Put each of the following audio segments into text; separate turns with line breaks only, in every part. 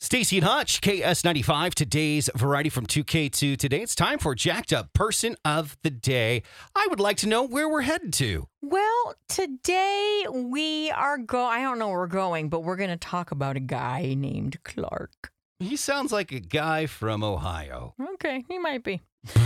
Stacy and Hutch, KS95, today's variety from 2K2. Today it's time for Jacked Up Person of the Day. I would like to know where we're headed to.
Well, today we are go I don't know where we're going, but we're going to talk about a guy named Clark.
He sounds like a guy from Ohio.
Okay, he might be.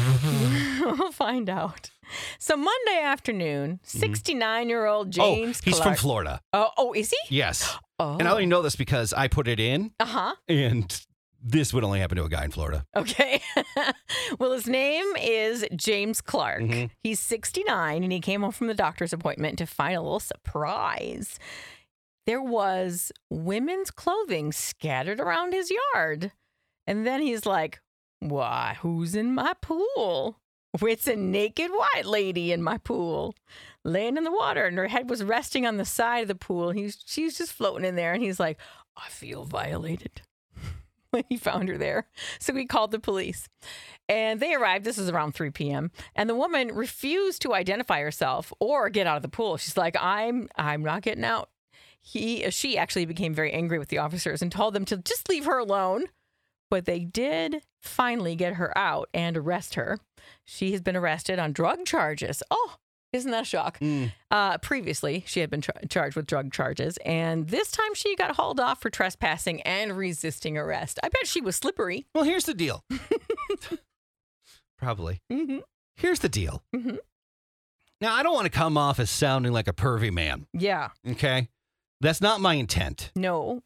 we'll find out. So Monday afternoon, 69-year-old James
Mm-hmm. oh, he's from
Clark.
Florida.
oh, oh, is he?
Yes.
Oh.
And I only know this because I put it in,
uh-huh.
and this would only happen to a guy in Florida.
Okay. well, his name is James Clark.
Mhm.
He's 69 and he came home from the doctor's appointment to find a little surprise. There was women's clothing scattered around his yard. And then he's like, Why, who's in my pool? It's a naked white lady in my pool, laying in the water, and her head was resting on the side of the pool. He's she's just floating in there, and he's like, "I feel violated." when he found her there. So he called the police. And they arrived. This is around 3 p.m. And the woman refused to identify herself or get out of the pool. She's like, I'm I'm not getting out. He she actually became very angry with the officers and told them to just leave her alone. But they did finally get her out and arrest her. She has been arrested on drug charges. Oh, isn't that a shock? Uh, previously, she had been char- charged with drug charges, and this time she got hauled off for trespassing and resisting arrest. I bet she was slippery.
Well, here's the deal. Probably.
hmm
Here's the deal.
Mhm.
Now, I don't want to come off as sounding like a pervy man,
Yeah.
okay? That's not my intent.
No.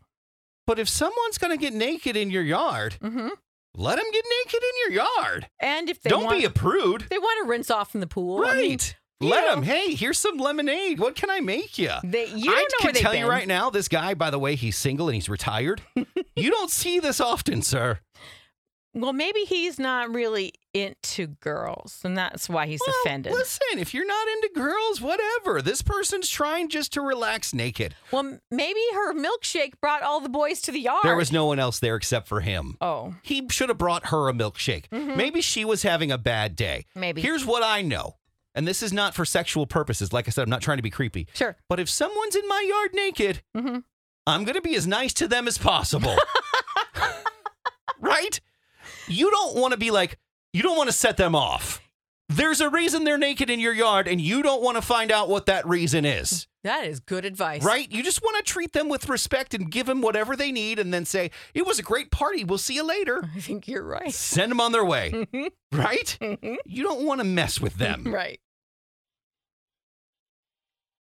But if someone's going to get naked in your yard,
hmm
let them get naked in your yard.
And if they
don't
want,
be a prude.
they want to rinse off in the pool. I mean,
right.
you
Let
know.
them. Hey, here's some lemonade. What can I make you?
they, you don't
I
know where
can
they've
tell
been.
you right now, this guy, by the way, he's single and he's retired. you don't see this often, sir.
Well, maybe he's not really into girls, and that's why he's
Well,
offended.
Listen, if you're not into girls, whatever. This person's trying just to relax naked.
Well, maybe her milkshake brought all the boys to the yard.
There was no one else there except for him.
Oh,
He should have brought her a milkshake.
Mm-hmm.
Maybe she was having a bad day.
Maybe.
Here's what I know. And this is not for sexual purposes. Like I said, I'm not trying to be creepy.
sure.
But if someone's in my yard naked,
hmm
I'm going to be as nice to them as possible. right? You don't want to be like, you don't want to set them off. There's a reason they're naked in your yard, and you don't want to find out what that reason is.
That is good advice.
Right? You just want to treat them with respect and give them whatever they need, and then say, it was a great party. We'll see you later.
I think you're right.
Send them on their way.
Mhm.
Right?
Mhm.
You don't want to mess with them.
Right.